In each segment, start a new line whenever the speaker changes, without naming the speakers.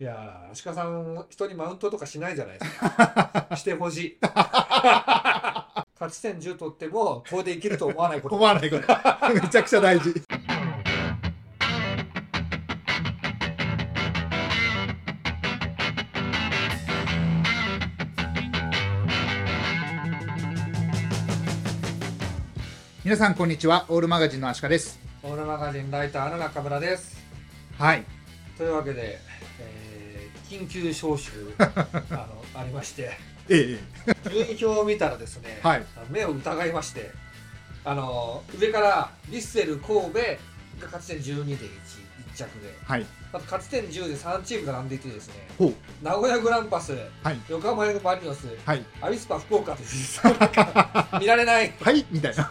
いやー、鹿さん、人にマウントとかしないじゃないです か。してほしい。勝ち点10取っても、これで生きると思わないこと。
思わないことめちゃくちゃ大事皆さんこんにちはオールマガジンのアシカです
オールマガジンライターの中村です。
はい
というわけで、えー緊急招集あのありま して、
え
順位表を見たらですね、
はい
目を疑いまして、あの上からヴィッセル神戸が勝ち点12で 1, 一着で、
はい
あと勝ち点10で3チームが並んでいてですね、
ほう
名古屋グランパス、
はい
横浜 F ・マリノス、
はい
アビスパ福岡という 見られない
はいみたいな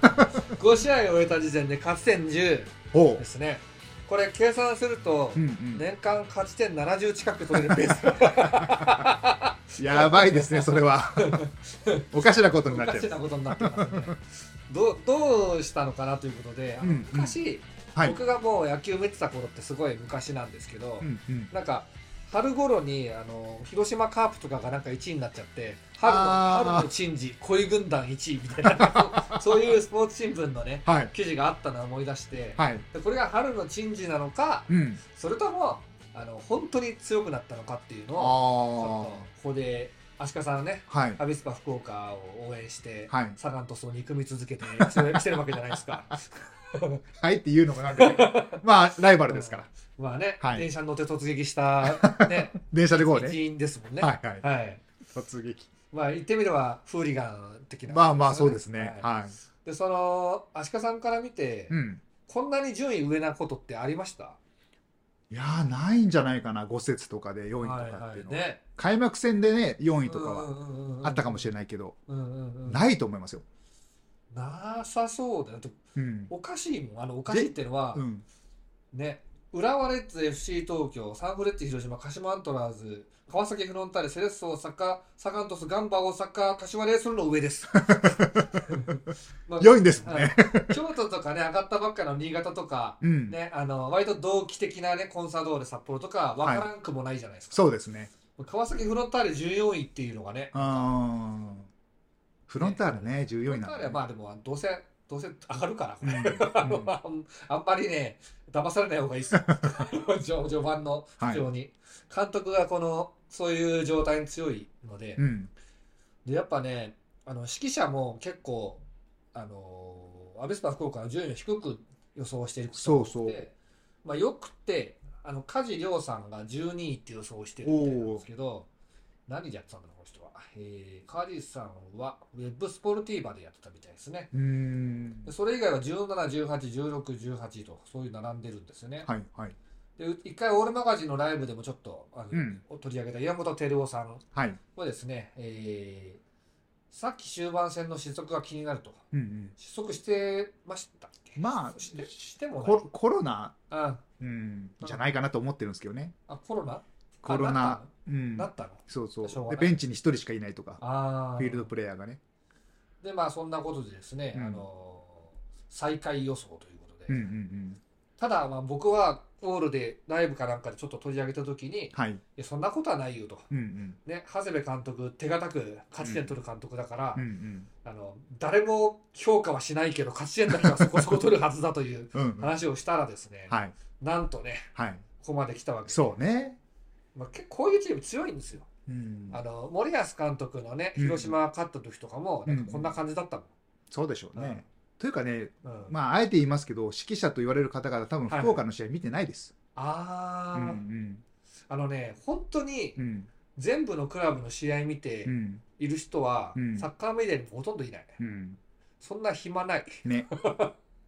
5試合を終えた時点で勝ち点10
ほ
ですねこれ計算すると
う、うんうん、
年間勝ち点70近く取れる ペース
やばいですねそれ はおかしなことに
お
なっ
か
ち
し
ゃう
なことになってますねどうどうしたのかなということで、あの
うんうん
昔、
はい、
僕がもう野球見てた頃ってすごい昔なんですけど、
うんうん、
なんか春頃にあの広島カープとかがなんか1位になっちゃって春の
あー
春の珍事恋軍団1位みたいな そうそういうスポーツ新聞のね
はい
記事があったのを思い出して、
はい
でこれが春の珍事なのか
うん
それともあの本当に強くなったのかっていうのをちょっと
あ
ここで足利さんのね
あはい
アビスパ福岡を応援して、
はい
サガン鳥栖を憎み続けて してるわけじゃないですか
はいっていうのがな んかね、まあライバルですから
まあね、
はい
電車に乗って突撃した、 ね、
電車でこうね
一員ですもんね。
はいはい
はい
突撃
まあ言ってみればフーリガン的な、
まあまあそうですね
はい
はい、
でその足利さんから見て、
うん
こんなに順位上なことってありました
いやーないんじゃないかな5節とかで4位とかっていうのは、
はいはいね、
開幕戦でね4位とかはあったかもし
れ
れないけど、
ない、うんうんうん、な
ないと思いますよ
さそうだよだって
うん、
おかしいもんあのおかしいっていうのは、
うん、
ね浦和レッズ FC 東京サンフレッチェ広島鹿島アントラーズ川崎フロンターレセレッソ大阪サガン鳥栖ガンバ大阪柏レイソルの上です、まあ
4位ですもん
はい
ね、
京都とかね上がったばっかの新潟とか
うん
ね、あの割と同期的な、ね、コンサドーレ札幌とか分からんくもないじゃないですか、
そうですね
川崎フロンターレ14位っていうのがね
あーフロンターレね
フ
14
ロ
位
ン
な
ター
んだ
レはまあでもどうせどうせ上がるから、
うん
あ
う
の
ん
あん あんまりね騙されない方がいいです 序序盤の
はい
非常に、監督がこのそういう状態に強いので,、
うん
でやっぱねあの指揮者も結構あのアビスパ福岡の順位を低く予想していることが多くて
そうそう
まあ、よくてあの梶亮さんが12位って予想してるみたいなんですけど何でやってたんだろうこの人は、えー、梶さんはウェブスポルティーバでやってたみたいですね
うーん
でそれ以外は17、18、16、18とそういう並んでるんですよね。
はいはいう
でう一回オールマガジンのライブでもちょっとあの、
うん
取り上げた岩本照夫さん
はい
はですね、えーさっき終盤戦の失速が気になると。
うんうん
失速してましたっけ
まあ
してしても
コ
ない
ロコロナ、
あ
うん、じゃないかなと思ってるんですけどね
あコロナ
コロ
なっ
ナ
たの
うん
なったの
そうそ
しょう
う
が
で
ない
ベンチに1人しかいないとか
ああ
フィールドプレイヤーがね
でまあそんなことでですね、
うん
あの再開予想ということで、
うんうんうん
ただまあ僕はオールでライブかなんかでちょっと取り上げた時にい
はい
やそんなことはないよと
うんうん
ね、長谷部監督、手堅く勝ち点取る監督だから、
うんうん
あの誰も評価はしないけど、勝ち点だけはそこそこ取るはずだという
うんうん
話をしたらですね、
はい
なんとね、
はい
ここまで来たわけです
そうね
まあ、結構こういうチーム強いんですよ。
うん
あの森保監督のね、
うん
広島勝った時とかも、なんかこんな感じだったもん。
そうでしょう
うん
ねというかね
うん
まああえて言いますけど指揮者と言われる方々多分
はい
福岡の試合見てないです
あ
う
ー、
ん
あのね、本当に
うんうん
全部のクラブの試合見て
うん
いる人は、
うん
サッカーメディアにもほとんどいない。
うん
そんな暇ない。
ね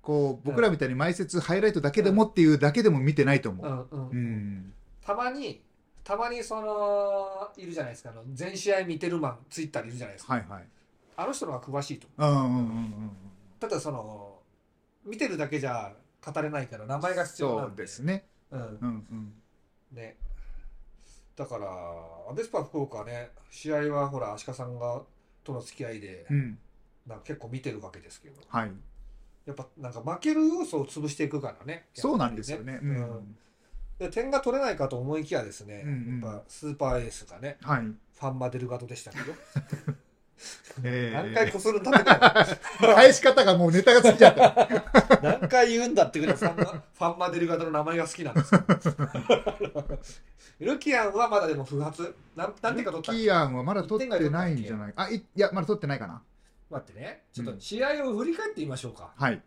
こう僕らみたいに毎節ハイライトだけでもっていうだけでも見てないと思
う
うん
うん
うん
たまにたまにそのいるじゃないですかあの全試合見てるマンツイッターにいるじゃないですか、
はいはい
あの人の方が詳しいと
うんうんうんうん
ただその見てるだけじゃ語れないから名前が必要な
そ
ん
う
で
ですね
うん
うんうん
ねだからアベスパ福岡はね試合はほら足利さんがとの付き合いで、
うん
なんか結構見てるわけですけど
はい
やっぱなんか負ける要素を潰していくからね
そうなんですよね
う
うんん
で点が取れないかと思いきやですね、
うんうん
やっぱスーパーエースがね
はい。
ファンマデルガドでしたけど、
え
何回
ー
こするんだってか
返し方がもうネタがつきちゃ った。
何回言うんだってぐらいファ ンマファンマデルガドの名前が好きなんですけど ルキアンはまだでも不発なんなんていうか取ったっけ
キーアンはまだ取ってないんじゃないあ、いいや、まだ取ってないかな。
待ってねちょっ
う
と
ん
試合を振り返ってみましょうか、
はい。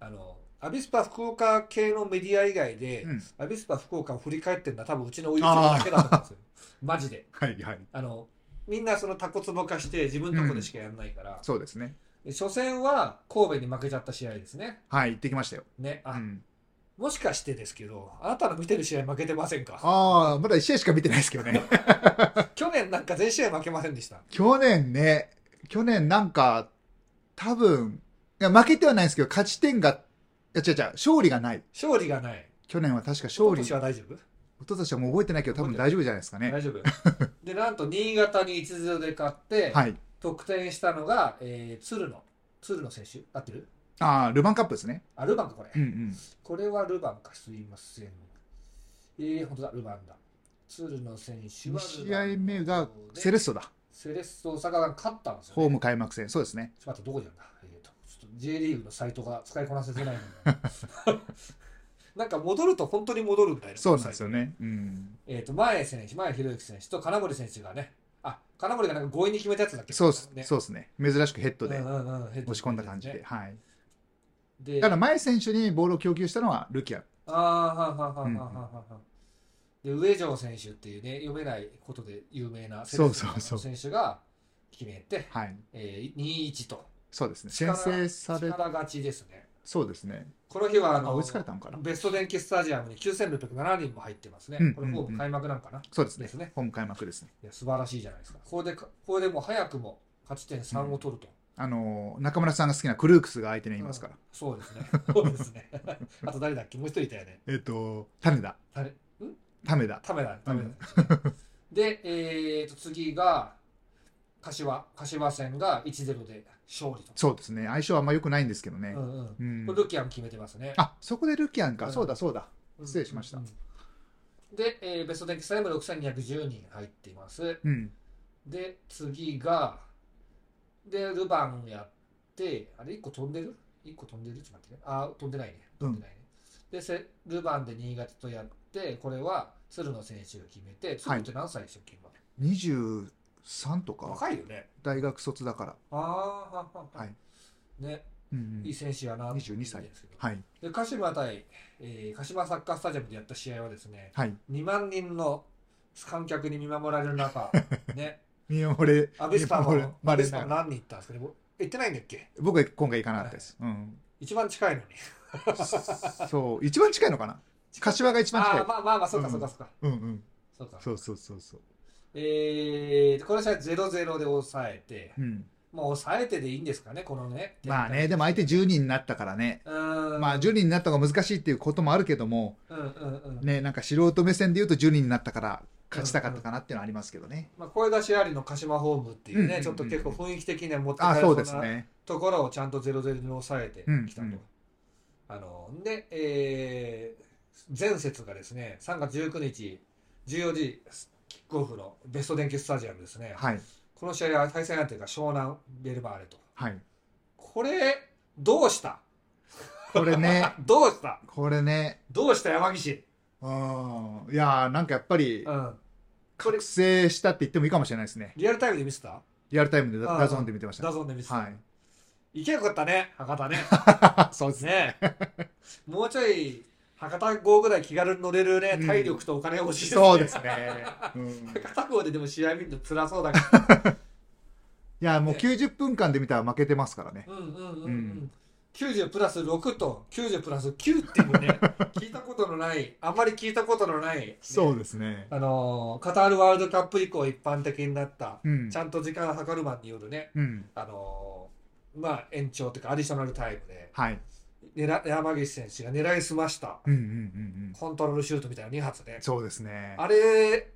あのアビスパ福岡系のメディア以外で、
うん。
アビスパ福岡を振り返ってるのは多分うちのお湯だけだと思うん ですよマジで
はいはい。
あのみんなそのタコツボ化して自分のとこでしかやらないから、
そうですね。
で初戦は神戸に負けちゃった試合ですね
はい、行ってきましたよ。
ねあ、
うん、
もしかしてですけどあなたの見てる試合負けてませんか
ああ、まだ1試合しか見てないですけどね。
去年なんか全試合負けませんでした
去年ね、去年なんか、多分、いや負けてはないんですけど、勝ち点が、いや違う違う、勝利がない。
勝利がない
去年は確か勝
今
利、
年
一
は大丈夫、
昨年はもう覚えてないけど、多分大丈夫じゃないですかね。
大丈夫 でなんと新潟に1-0で勝って、
はい。
得点したのが、えー、鶴野鶴野選手合ってる
ああ、ルヴァンカップですね。
あルバンかこれ、
うんうん。
これはルヴァンか、すいません。えー、本当だ、ルヴァンだ。鶴野選手
2
は
試合目
ルヴァン
が
の方で
セレッソだ。
セレッソ大阪が勝ったんですよ、ね。
ホーム開幕戦。そうですね。
ちょっと待って、どこじゃんだ。えー、と、ちょっと J リーグのサイトが使いこなせてないのに なんか戻ると本当に戻るんだよね。
そうなんです
よ。
よね。うん。
えっ、と、前選手、前博之選手と金森選手がね、あ、金森がなんか強引に決めたやつだっけ
そうっす、
ね。
そうですね。珍しくヘッドで
うんうんうん、ヘッド
押し込んだ感じで。
ね
はい。
で、
だから前選手にボールを供給したのはルキア。
ああ、はんはんはんはんはんはんはんで、上条選手っていうね、読めないことで有名なセレッソ
そうそうそう
選手が決めて、
はい。
えー、2-1と、
そうですね。先
力
制され、
力勝ちですね。
そうですね。
この日はあ
あ、
の
追いつかれたのかな。
ベスト電気スタジアムに9607人も入ってますね。
うん
これ、ホーム開幕なんかな、
そうですね
で。すね
ホーム開幕ですね。
いや。素晴らしいじゃないですか。これで、ここれでもう早くも勝ち点3を取ると。
あの中村さんが好きなクルークスが相手にいますから、
そうですね。 そうですね。あと誰だっけもう一人いたよね。
えっ、と種田
誰ん
種田
ためだ、ためだ。
う
で、えー、と次が柏、柏戦が1-0で勝利と。
そうですね相性はあんま良くないんですけどね
う、ん
う
うんん、これルキアン決めてますね。
あそこでルキアンか、
うん
そうだそうだ
うん
失礼しました
うんで、えーベスト電気スタイム6210人入っています。
うん
で、次が、で、ルバンやって、あれ、1個飛んでる ?1 個飛んでるちょっと待ってね。あ、飛んでないね。
う
飛ん
ん
でないね。でせ、ルバンで新潟とやって、これは鶴野選手が決めて、鶴野って何歳でしたっけ、今。
23とか
若いよね。
大学卒だから
あーははは
はい
ね、
うんう
いい
ん
選手やなって
22
思
歳
うんですけど
はい
で鹿島対、えー鹿島サッカースタジアムでやった試合はですね
はい
2万人の観客に見守られる 中ね
見守れ
アビスパ
見守れ
も
ま
ア
れ
ビスパ
な
も
がら
何人行ったんですかね僕行ってないんだっけ
僕は今回行かなかったです、 うん、
一番近いのに
そう一番近いのかな柏が一番近
あ
い
あーまあまあまあそうか
うん
そうかそうか、
うんうん
そうか
そうそうそうそう
えー、この試合0ゼ0で抑えて、
うん
まあ抑えてでいいんですかねこのね
まあねでも相手10人になったからね
うーん
まあ10人になった方が難しいっていうこともあるけども、
うんうんうん
ね、なんか素人目線で言うと10人になったから勝ちたかったかなっていうのはありますけどね。
まあ、声出しありの鹿島ホームっていうね、
うんうんうん
ちょっと結構雰囲気的には持って
あ
れ
そうですね。
ところをちゃんとゼロゼロに抑えてきたと。
うんうん
あので、えー前節がですね3月19日14時キックオフのベスト電気スタジアムですね、
はい。
この試合は対戦相手が湘南ベルバーレと
はい。
これどうした
これね、
どうした
これね、
どうした山岸、
うん。いやー、なんかやっぱり
う、ん、これ
覚醒したって言ってもいいかもしれないですね。
リアルタイムで見せた
リアルタイムで
あー
ダゾーンで見てました。
ダゾーンで見せた、
はい。
行けよかったね博多ね
そうですね。
ねもうちょい博多号ぐらい気軽に乗れるね
うん
体力とお金が欲しいですね、
そうですね。うん、い
博多号ででも試合見るの辛そうだから
や、もう90分間で見たら負けてますからね。
うんうんうん、う
うんん、
90プラス6と90プラス9っていうね聞いたことのないあまり聞いたことのない、ね
そうですね。
あのーカタールワールドカップ以降一般的になった、
うん
ち。ゃんと時間を計るマンによるね
うん。
あのーまあ延長というかアディショナルタイムで
はい。
狙山岸選手が狙いすました
うんうんうんうん。
コントロールシュートみたいな2発ね
そうですね。
あれ、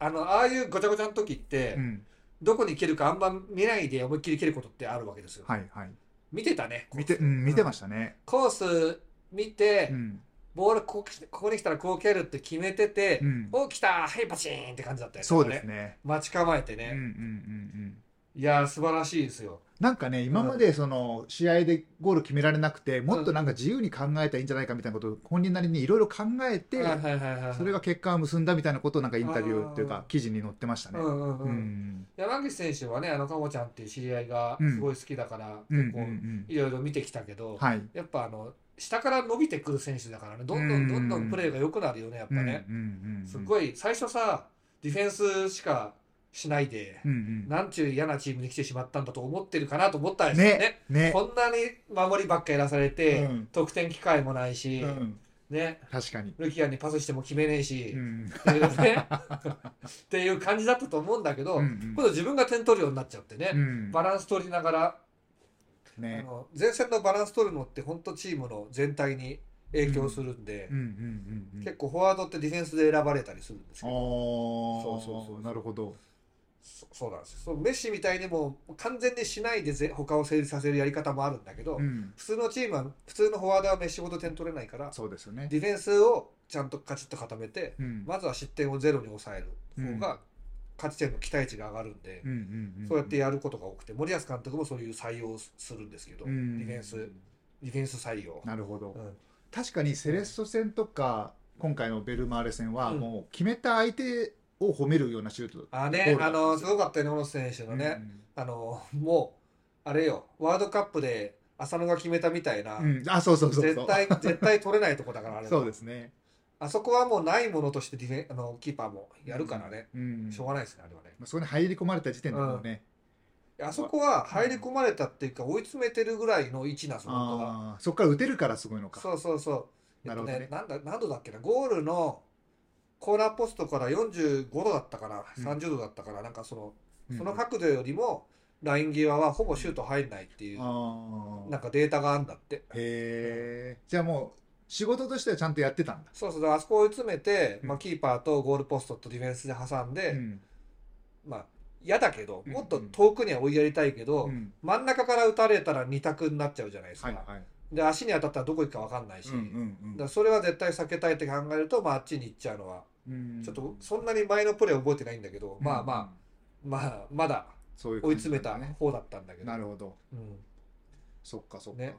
あの、ああいうごちゃごちゃの時って、
うん。
どこに蹴るかあんま見ないで思いっきり蹴ることってあるわけですよ。
はいはい。
見てたね。
見て、うん、見てま
し
したね。
た。コース見て、
うん。
ボールここ来てここに来たらこう蹴るって決めてて、
うん、
お来たはいパチーンって感じだったよね
そうですね。
待ち構えて
うん
ね
うんうん、うん。
いやー素晴らしいですよ
なんかね、今までその試合でゴール決められなくて、もっとなんか自由に考えたらいいんじゃないかみたいなことを本人なりにいろいろ考えて、
はいはいはいはい
それが結果を結んだみたいなことをなんかインタビューっていう
あ
か
ー
記事に載ってました
う
ね。
んうん
う
うん、
ん
山口選手はねあのかもちゃんっていう知り合いが
うん
すごい好きだから、
うんうん
結
う
構
ん。
いろいろ見てきたけど、
はい。
やっぱあの下から伸びてくる選手だからねどんど
うん
んどんどんプレーが良くなるよねやっぱね、
うんうんうん、
す
い。
ごい最初さディフェンスしかしないで、
うん
なんちゅう嫌なチームに来てしまったんだと思ってるかなと思ったん
う
で
ん、
すよね
ねね
こんなに守りばっかやらされて、
うん
得点機会もないし、
うん、
ね
確かに。
ルキアンにパスしても決めねえし、
うん
っていうねっていう感じだったと思うんだけど、
うん
今度自分が点取るようになっちゃってね
う、ん
バランス取りながら、あ
ね
の前線のバランス取るのって本当チームの全体に影響するんで、
うんうんうんうん
結構フォワードってディフェンスで選ばれたりするんですけ
ああ
ど
そう
そうそう
なるほど
そそうなんですよそうメッシみたいにもう完全にしないでぜ他を成立させるやり方もあるんだけど、
うん
普通のチームは普通のフォワードはメッシほど点取れないから
そうですよね
ディフェンスをちゃんとカチッと固めて
うん
まずは失点をゼロに抑える方が勝ち点の期待値が上がるんで
う、んうんうん
そうやってやることが多くて森保監督もそういう採用をするんですけど、
うん
ディフェンスディフェンス採用。
なるほど
うん
確かにセレッソ戦とか今回のベルマーレ戦は
うん
もう決めた相手を褒めるようなシュート
あ
ゴー
ね
ル、だ
あのすごかったよね、小野選手のね、あのもう、あれよ、ワールドカップで浅野が決めたみたいな、
うんうんあそうそうそうそ
絶
う
対絶対取れないとこだから、あれは
そうですね
あそこはもうないものとしてディフェンあのキーパーもやるからね、
うん
しょうがないですね、あれはね。
まあそこに入り込まれた時点でもうね
あそこは入り込まれたっていうか、追い詰めてるぐらいの位置なんですよ、本当は。
あーそこから打てるからすごいのか
そうそうそう。え
な
っ
る
と
ほど
ね
ね、
なんだ、何度だっけな、ゴールのコーナーポストから45度だったかな、
うん
30度だったかな、なんかその、
うん
その角度よりも、ライン際はほぼシュート入んないっていう、
あー
なんかデータがあるんだって。
へえじゃあもう仕事としてはちゃんとやってたんだ
そうそう、だからあそこを追い詰めて、
うん
まあ、キーパーとゴールポストとディフェンスで挟んで、
うん
まあ、嫌だけど、
うん
もっと遠くには追いやりたいけど、
うん
真ん中から打たれたら2択になっちゃうじゃないですか。
はいはい
で、足に当たったらどこ行くか分かんないし、
うんうんうん
だからそれは絶対避けたいって考えると、まあ、あっちに行っちゃうのは、
うん
ちょっとそんなに前のプレー覚えてないんだけど、まあまあ、
あ
まあ、まだ
そう
追
いう
い
感じ
詰
な
め
んだ
た
ね
方だったんだけど。
なるほど
うん
そっかそっか
ね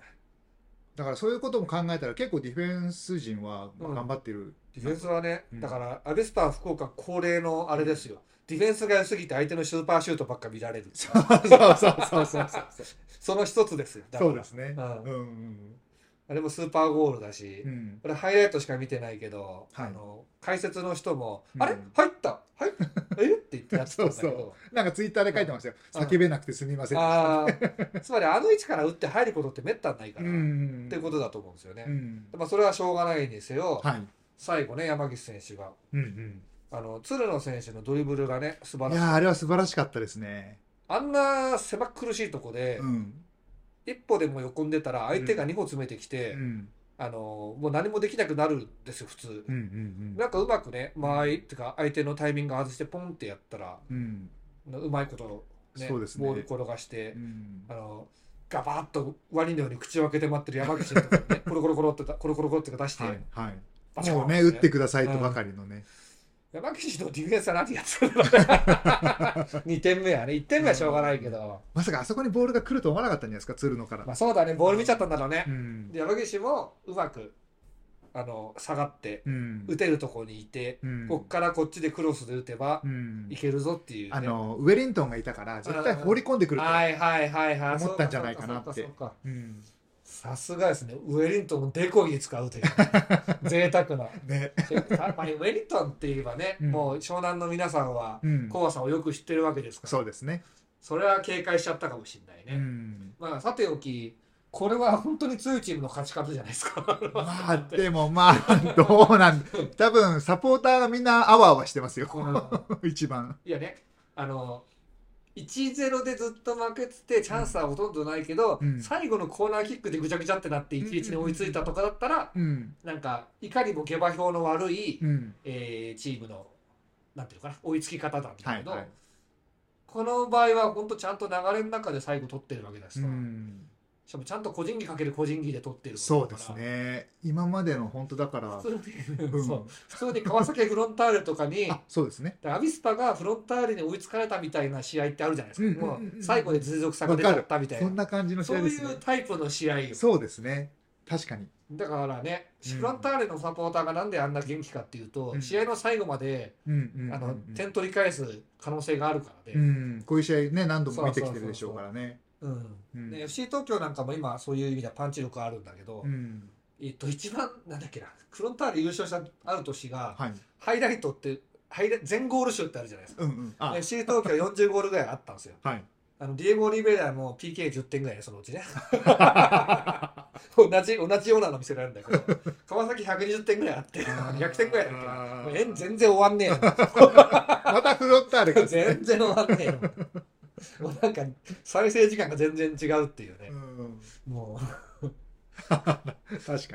だからそういうことも考えたら結構ディフェンス陣はまあ
うん
頑張っ てる
ディフェンスはね、
うん
だから、アベスパー福岡恒例のあれですよ。ディフェンスが良すぎて相手のスーパーシュートばっか見られる。
そうそうそうそうそうそう
その一つですよ。だから
そうですね
うん
うんうん
あれもスーパーゴールだし、
うんうん
俺ハイライトしか見てないけど、
はい
あの解説の人も「
うん
あれ入ったはいえっ?」て言ってやってたんだけど
そうそなんかツイッターで書いてましたよ
うん
叫べなくてすみませんでした
あーつまりあの位置から打って入ることってめったにないか
うん
ら、
う
っ
ん
ていうことだと思うんですよね。
うん
まあ、それはしょうがないにせよ、
はい
最後ね山岸選手が
うん
あの鶴野選手のドリブルがね素
う
晴
ん
ら
い
しい
やーあれは素晴らしかったですね
あんな狭苦しいとこで、
うん
一歩でも横に出たら相手が二歩詰めてき
う
て、
ん
あのもう何もできなくなるんですよ普通。
うんうん
なんかうまくね、間合いってか相手のタイミング外してポンってやったら、
うんうん
うまいこと、ね
そうですね
ボール転がして
う、ん
あのガバッとワニのように口を開けて待ってる山口のとこにね、コロコロコロってだコロコロコロって出して、
はいはい
バチコーン
もうね打ってくださいとばかりのね
山口のディフェンスは何やってるの ?2 点目やね、1点目はしょうがないけど、
まさかあそこにボールが来ると思わなかったんじゃないですか鶴野から
まあ、そうだね、ボール見ちゃったんだろうね
う。ん
で山口もうまくあの下がって、
うん
打てるとこにいて、
うん
こっからこっちでクロスで打てば
う、ん
いけるぞっていう、ね。
あのウェリントンがいたから絶対放り込んでくると
はいはいはいはい
思ったんじゃないかなって
そうかそうか
うん
さすがですねウェリントンのデコギ使う という贅沢な
ね
まあウェリントンって言えばね、
うん
もう湘南の皆さんは
うん
怖さをよく知ってるわけですから、
そうですね
それは警戒しちゃったかもしれないうね、
ん
まあさておきこれは本当に強いチームの勝ち方じゃないですか
まあでもまあどうなん多分サポーターがみんなあわあわしてますよ
うん
一番
いやねあの1-0でずっと負けててチャンスはほとんどないけど、
うん
最後のコーナーキックでぐちゃぐちゃってなって1-1に追いついたとかだったら、
うん
なんかいかにも下馬評の悪い、
うん
えーチームのなんていうのかな追いつき方だった
は
け
い
ど、
はい
この場合は本当ちゃんと流れの中で最後取ってるわけです
う
から、
ん
しかもちゃんと個人技かける個人技で取ってる
そうですね。今までの本当だから
普、通に、
うん
そう普通に川崎フロンターレとかに
あ、そうですね。
でアビスパがフロンターレに追いつかれたみたいな試合ってあるじゃないですか、
うんうんうんうん
もう最後で追続差が出ちゃったみたい
そん
な
な感じの試
そう
合です
い
ね
う。タイプの試合よ
そうですね。確かに。
だからね、
うん
フロンターレのサポーターがなんであんな元気かっていうと、
うん
試合の最後まで、
うんうんうんうん
あの点取り返す可能性があるからで、
うん、こういう試合ね、何度も見てきてるでしょうからね。
うん
うん
で FC 東京なんかも今そういう意味ではパンチ力あるんだけど、
うん
えっと、一番なんだっけなフロンターレ優勝したある年が、
はい。
ハイライトってハイライ全ゴール集ってあるじゃないですか
うんうん。あ、
FC 東京40ゴールぐらいあったんですよ
はい。
あのディエゴ・リベイラも PK10 点ぐらいねそのうちね同じ同じようなの見せられるんだけど川崎120点ぐらいあって100点ぐらいだっけな
あー
もう縁全然終わんねえよ
またフロンターレが。
全然終わんねえよもうなんか再生時間が全然違うっていうね
う、ん、
もう
確か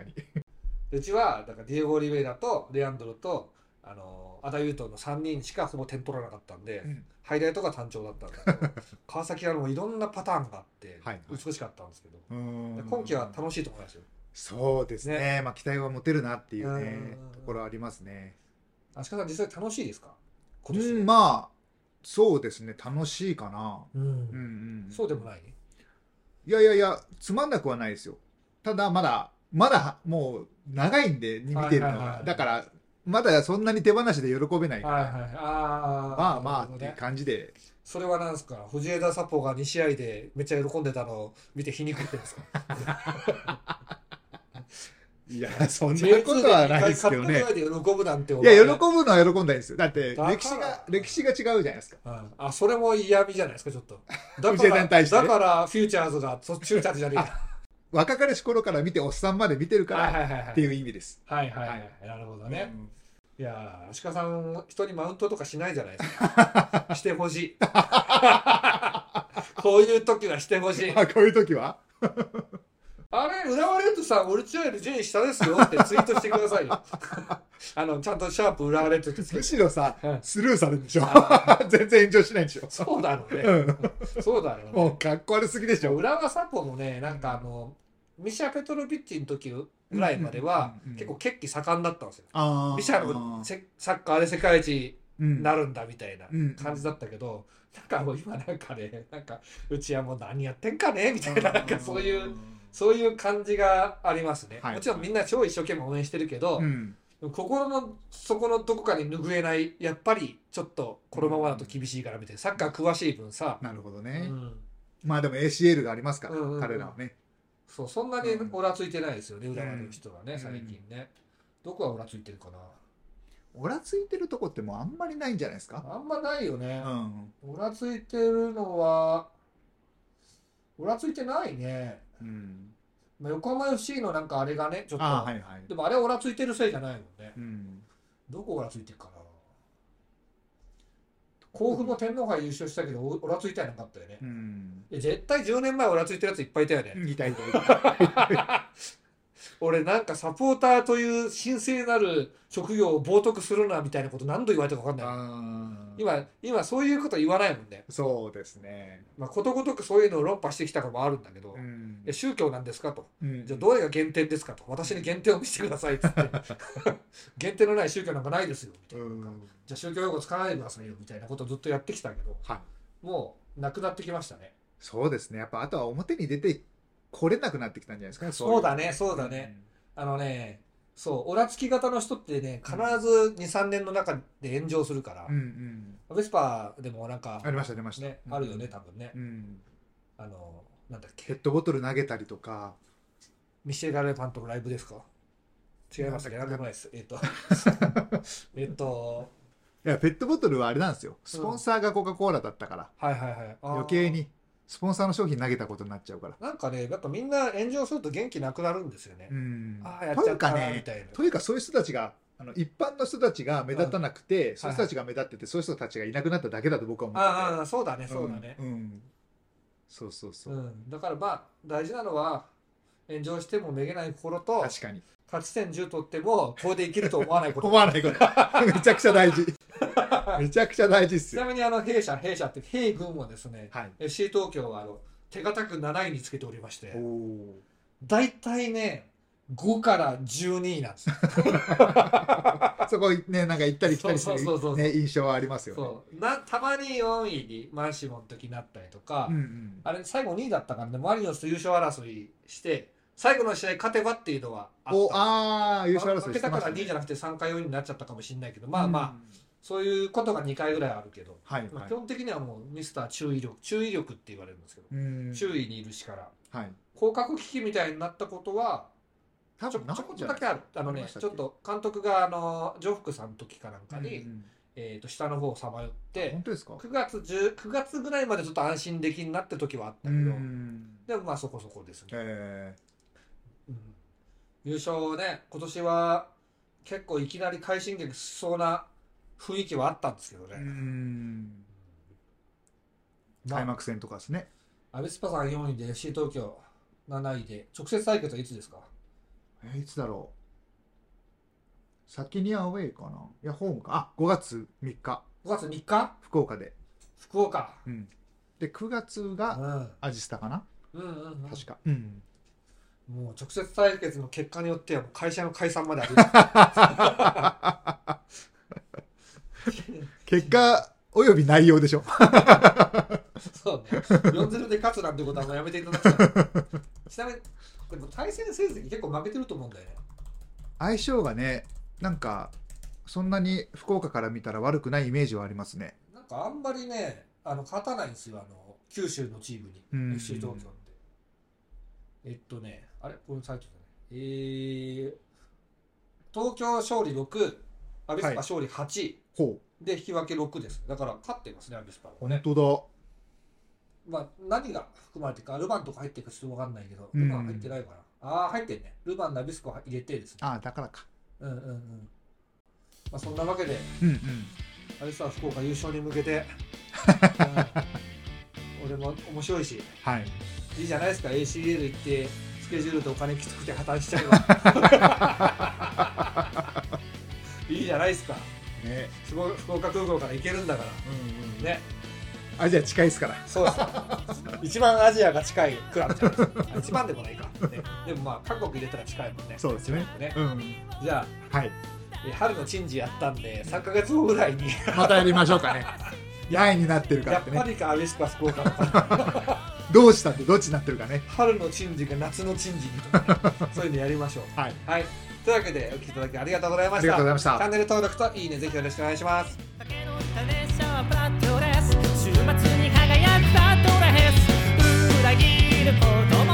に。
うちはだからディエゴ・リベイラとレアンドロとあのアダユートの3人しかほぼ点取らなかったんで、ハイライトが単調だったんだ けど川崎はもういろんなパターンがあって
はいはい
美しかったんですけど、
うん
今季は楽しいと思いますよ
そうですねまあ、期待は持てるなっていうね
うん
ところはありますね。
足利さん実際楽しいですか
う
今年
ん、まあそうですね楽しいかな。
う
うん
ん
うん、
そうでもない
いやいやいやつまんなくはないですよ。ただまだまだもう長いんで見てるのが、
はいはいはい
だからまだそんなに手放しで喜べないから、
はいはいああ
まあまあっていう
ね、
感じで
それはなんですか藤枝サポが2試合でめっちゃ喜んでたのを見て皮肉ってんですか
いや そんなことはないですけど
J2 で
ね
一。回勝ったぐらいで喜ぶなんてお
い
前
や喜ぶのは喜んだんですよ。だって
だから
歴史が歴史が違うじゃないですか。
うんあそれも嫌味じゃないですかちょっとだ
藤
か
枝
ら
に対してね
だからフューチャーズがそフューチャーズじゃねえか
若かりし頃から見ておっさんまで見てるか
はい
ら
はいはいはい
っていう意味です。
はいはいはいなるほどね、
うん
いやー、鹿さん、人にマウントとかしないじゃないです か。してほしい。こういう時はしてほしい。
あこういう時は
あれ、浦和レッドさん、俺ちより順位下ですよってツイートしてくださいよ。 あの、ちゃんとシャープ浦和レッドってつけ
む
て。
しろさ
うん
スルーされるでしょ
あ
全然炎上しないでしょ
そうだろう
う
ね。
ん
そうだろう
も
ね
うかっこ悪すぎでし。ょ
浦和サポもね、なんかあの、ミシャ・ペトロビッチの時ぐらいまでは
うんうんうんう、ん
結構血気盛んだったんですよ。
あ
ミシャのせサッカーで世界一なるんだみたいな
うん
感じだったけど、なんかもう今なんかねなんかうちはもう何やってんかねみたいななんかそういうそういう感じがありますね、
はい
もちろんみんな超一生懸命応援してるけど、
うん
心の底のどこかに拭えないやっぱりちょっとこのままだと厳しいからみたいなサッカー詳しい分さ、
なるほど
う
ね
ん、
まあでも ACL がありますから
うんうんうん
彼らはね
そうそんなに
うん
オラついてないですよね浦和の人は
う
ね
ん
最近ね、どこがオラついてるかな
オラついてるとこってもうあんまりないんじゃないですか
あんまないよ
う
ね、
ん
オラついてるのはオラついてないね
うん
まあ、横浜 FC のなんかあれがね、ちょっと、
あはいはい
でもあれ、オラついてるせいじゃないもんね。
うん
どこオラついてるかな。甲府も天皇杯優勝したけど、おオラついてはなかったよね
う。ん
いや絶対10年前オラついてるやついっぱいいたよね。
痛い痛い
俺なんかサポーターという神聖なる職業を冒涜するなみたいなこと何度言われたか分かんない。
あー
今、今そういうこと言わないもんね。
そうですね
まあ、ことごとくそういうのを論破してきたかもあるんだけど、い
ん
や宗教なんですかと。
うん
じゃあどれが原点ですかと私に原点を見せてくださいっつって 原点のない宗教なんかないですよみたいな、
うん
じゃあ宗教用語使わないでくださいよみたいなことをずっとやってきたけど
はい
もうなくなってきましたね
そうですね。やっぱあとは表に出てこれなくなってきたんじゃないですかね。い
そうだねそうだね。あのねそうオラつき型の人ってね必ず23年の中で炎上するから
うん、うん。
ベスパーでもなんか
ありました出ました。
ねあるよね多分ね、
うん。
あのなんだっ
ペ
け
ットボトル投げたりとか。
ミシェル・ガルパンとのライブですか違いましたっけなんでもないですえっ とえっと
いやペットボトルはあれなんですよ。スポンサーがコカコーラだったから、
はいはいはいあー
余計にスポンサーの商品投げたことになっちゃうから。
なんかね、やっぱみんな炎上すると元気なくなるんですよね
う。ん。
ああ、やっ
と
ち
い
ゃ
う
っ
か
たなみ
ね。
たいな。
というかそういう人たちが。あの一般の人たちが目立たなくて、そういう人たちが目立ってて、そういう人たちがいなくなっただけだと僕は思ってて
ああああ、そうだね、そうだね。
んうんそうそうそうう、
ん。だからまあ、大事なのは、炎上してもめげない心と、
確かに
勝ち点10取っても、これで生きると思わないこ
思
と。
わないことめちゃくちゃ大事めちゃくちゃ大事っす
ち
よ
なみに、あの、弊社、弊社って、弊軍もですね、
はい
FC 東京は、あの、手堅く7位につけておりまして
おお
大体ね5から12位なんですよ
ー そこねなんか行ったり来たりする
そうそうそうそう
ね印象はありますよね
そうなたまに4位にマシモの時になったりとか、
うんうん
あれ最後2位だったからねマリオンスと優勝争いして最後の試合勝てばっていうのはあっ
お
た
ああ優勝
負
争
け
いして
たか
ま
ら
した
2位じ
ね
ゃなくて3回4位になっちゃったかもしれないけどまあまあ、そういうことが2回ぐらいあるけど、
あはい
まあ
は
基本的にはもうミスター注意力注意力って言われるんですけど、
いうん
注意にいる力
はい
降格危機みたいになったことは
多
ちょ
分なん
ちょこっ
じ
とだ
ゃない
けあるあの
あり
ね
ましたっ
ち
け
ょっと監督があのジョフクさんの時かなんかに、
うんうん
えー、と下の方をさまよって
本当ですか
9月10 9月ぐらいまでちょっと安心できになった時はあった
う
けど、
ん
でもまあそこそこですね、
え
うん優勝ね今年は結構いきなり快進撃しそうな雰囲気はあったんですけどね、
ーうん開幕戦とかですね
アビスパさん4位で FC 東京7位で直接対決はいつですか
えーいつだろう先にアウェイかないやホームかあ5月3日
5月3日
福岡で
福岡、
うんで9月
う
が
ん、
アジスタかな
うんうんうん
確かうん
もう直接対決の結果によってはもう会社の解散まであり ます
結果および内容でしょ
そうね4-0で勝つなんてことはもうやめていた だきたいちなみにでも対戦成績結構負けてると思うんだよね
相性がねなんかそんなに福岡から見たら悪くないイメージはありますね
なんかあんまりねあの勝たないんですよあの九州のチームに、
うん
FC 東京ってえっとねあれこのサイトだねえー、東京勝利6アビスパ
はい
勝利8、
ほ
で引き分け6ですだから勝ってますねアビスパ
う
もね
本当
まあ何が含まれてるかルヴァンとか入ってるかちょっと分かんないけど、
うん
ルヴァン入ってないかなああ入ってんねルヴァンナビスコ入れてですね
だああだからか
うんうんうんまあそんなわけで
うんうん
アビスパ福岡優勝に向け て、うん俺も面白いし
はい
いいじゃないですか ACL 行ってスケジュールとお金きつくて破綻しちゃえば いいじゃないですか
ね
すごい福岡空港から行けるんだか
うんうん
らね
アジア近いですから
そうです一番アジアが近いクラブじゃないですか一番でもないか、ねでもまあ韓国入れたら近いもんね
そうですね
一番でも
うん
じゃあ
はい
え春の珍事やったんで3か月後ぐらいに
またやりましょうかね 八重になってるから
や
っ
ってぱ
ね
りかアビスパ福岡の
どうしたってどっちになってるかね
春の珍事か夏の珍事にとか、ね、そういうのやりましょう
はい
はい。というわけで、お聞きいただきありがとうございま
あ
し
りが
た。
とうございました
チャンネル登録といいね、ぜひよろしくお願いします。
駆け乗った列車はプラットです週末に輝くバトラヘス裏切ること